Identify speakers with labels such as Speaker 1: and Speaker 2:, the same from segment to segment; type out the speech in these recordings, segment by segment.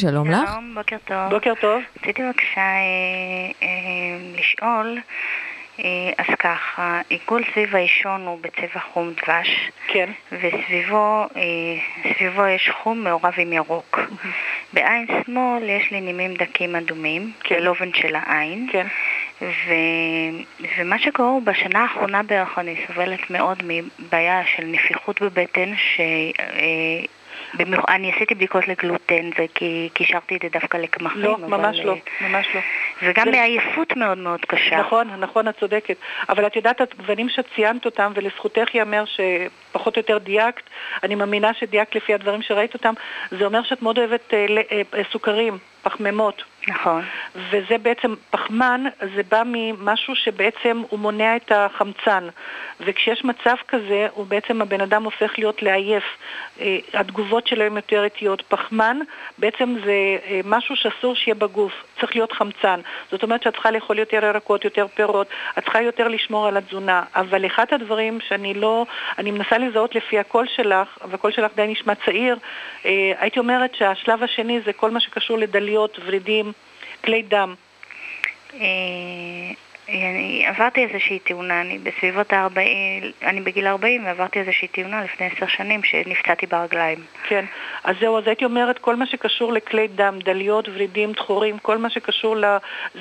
Speaker 1: שלום לך.
Speaker 2: שלום, בוקר טוב.
Speaker 3: בוקר טוב.
Speaker 2: רציתי בבקשה אה, אה, לשאול, אה, אז ככה, עיגול סביב האישון הוא בצבע חום דבש,
Speaker 3: כן.
Speaker 2: וסביבו אה, סביבו יש חום מעורב עם ירוק. בעין שמאל יש לי נימים דקים אדומים,
Speaker 3: כן.
Speaker 2: לובן של העין.
Speaker 3: כן.
Speaker 2: ו... ומה שקורה הוא בשנה האחרונה בערך אני סובלת מאוד מבעיה של נפיחות בבטן ש... אה, במיוח... אני עשיתי בדיקות לגלוטן וכי קישרתי את זה דווקא לקמחים.
Speaker 3: לא,
Speaker 2: אבל,
Speaker 3: ממש לא,
Speaker 2: אה,
Speaker 3: ממש לא.
Speaker 2: וגם
Speaker 3: זה-
Speaker 2: מעייפות מאוד מאוד קשה.
Speaker 3: נכון, נכון, את צודקת. אבל את יודעת, הדברים שציינת אותם, ולזכותך ייאמר שפחות או יותר דייקת, אני מאמינה שדייקת לפי הדברים שראית אותם, זה אומר שאת מאוד אוהבת אה, ל- אה, אה, סוכרים, פחמימות.
Speaker 2: נכון.
Speaker 3: וזה בעצם, פחמן זה בא ממשהו שבעצם הוא מונע את החמצן. וכשיש מצב כזה, הוא בעצם, הבן אדם הופך להיות לעייף. אה, התגובות שלו הן יותר איטיות. פחמן בעצם זה אה, משהו שאסור שיהיה בגוף, צריך להיות חמצן. זאת אומרת שאת צריכה לאכול יותר ירקות, יותר פירות, את צריכה יותר לשמור על התזונה. אבל אחד הדברים שאני לא, אני מנסה לזהות לפי הקול שלך, והקול שלך די נשמע צעיר, אה, הייתי אומרת שהשלב השני זה כל מה שקשור לדליות, ורידים. כלי דם.
Speaker 2: אה, אני עברתי איזושהי תאונה, אני בסביבות ה-40, אני בגיל 40 ועברתי איזושהי תאונה לפני עשר שנים שנפצעתי ברגליים.
Speaker 3: כן, אז זהו, אז הייתי אומרת, כל מה שקשור לכלי דם, דליות, ורידים, דחורים, כל מה שקשור ל...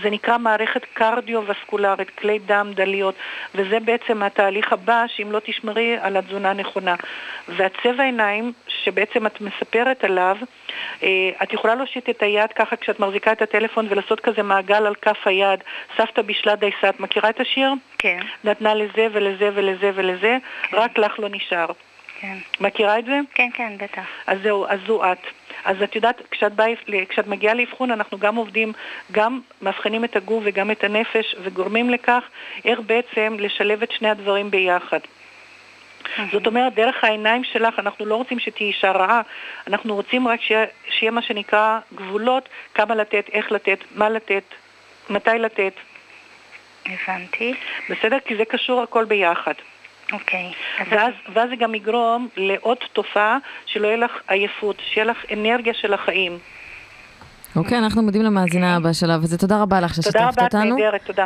Speaker 3: זה נקרא מערכת קרדיו-וסקולרית, כלי דם, דליות, וזה בעצם התהליך הבא, שאם לא תשמרי על התזונה הנכונה. והצבע עיניים, שבעצם את מספרת עליו, אה, את יכולה להושיט את היד ככה כשאת מחזיקה את הטלפון ולעשות כזה מעגל על כף היד, סבתא בישלה דייסה, את מכירה את השיר?
Speaker 2: כן,
Speaker 3: נתנה לזה ולזה ולזה ולזה, רק לך לא נשאר.
Speaker 2: כן.
Speaker 3: מכירה את זה?
Speaker 2: כן, כן, בטח.
Speaker 3: אז זהו, אז זו את. אז את יודעת, כשאת, בא, כשאת מגיעה לאבחון, אנחנו גם עובדים, גם מאבחנים את הגוף וגם את הנפש, וגורמים לכך איך בעצם לשלב את שני הדברים ביחד. זאת אומרת, דרך העיניים שלך, אנחנו לא רוצים שתהיי אישה רעה, אנחנו רוצים רק שיהיה, שיהיה מה שנקרא גבולות, כמה לתת, איך לתת, מה לתת, מתי לתת,
Speaker 2: הבנתי.
Speaker 3: בסדר? כי זה קשור הכל ביחד.
Speaker 2: אוקיי. אז
Speaker 3: ואז, ואז זה גם יגרום לעוד תופעה שלא יהיה לך עייפות, שיהיה לך אנרגיה של החיים.
Speaker 1: אוקיי, אנחנו מודים למאזינה בשלב הזה. תודה רבה לך
Speaker 3: כן. תודה
Speaker 1: ששיתפת
Speaker 3: רבה, את
Speaker 1: אותנו.
Speaker 3: נהדרת, תודה.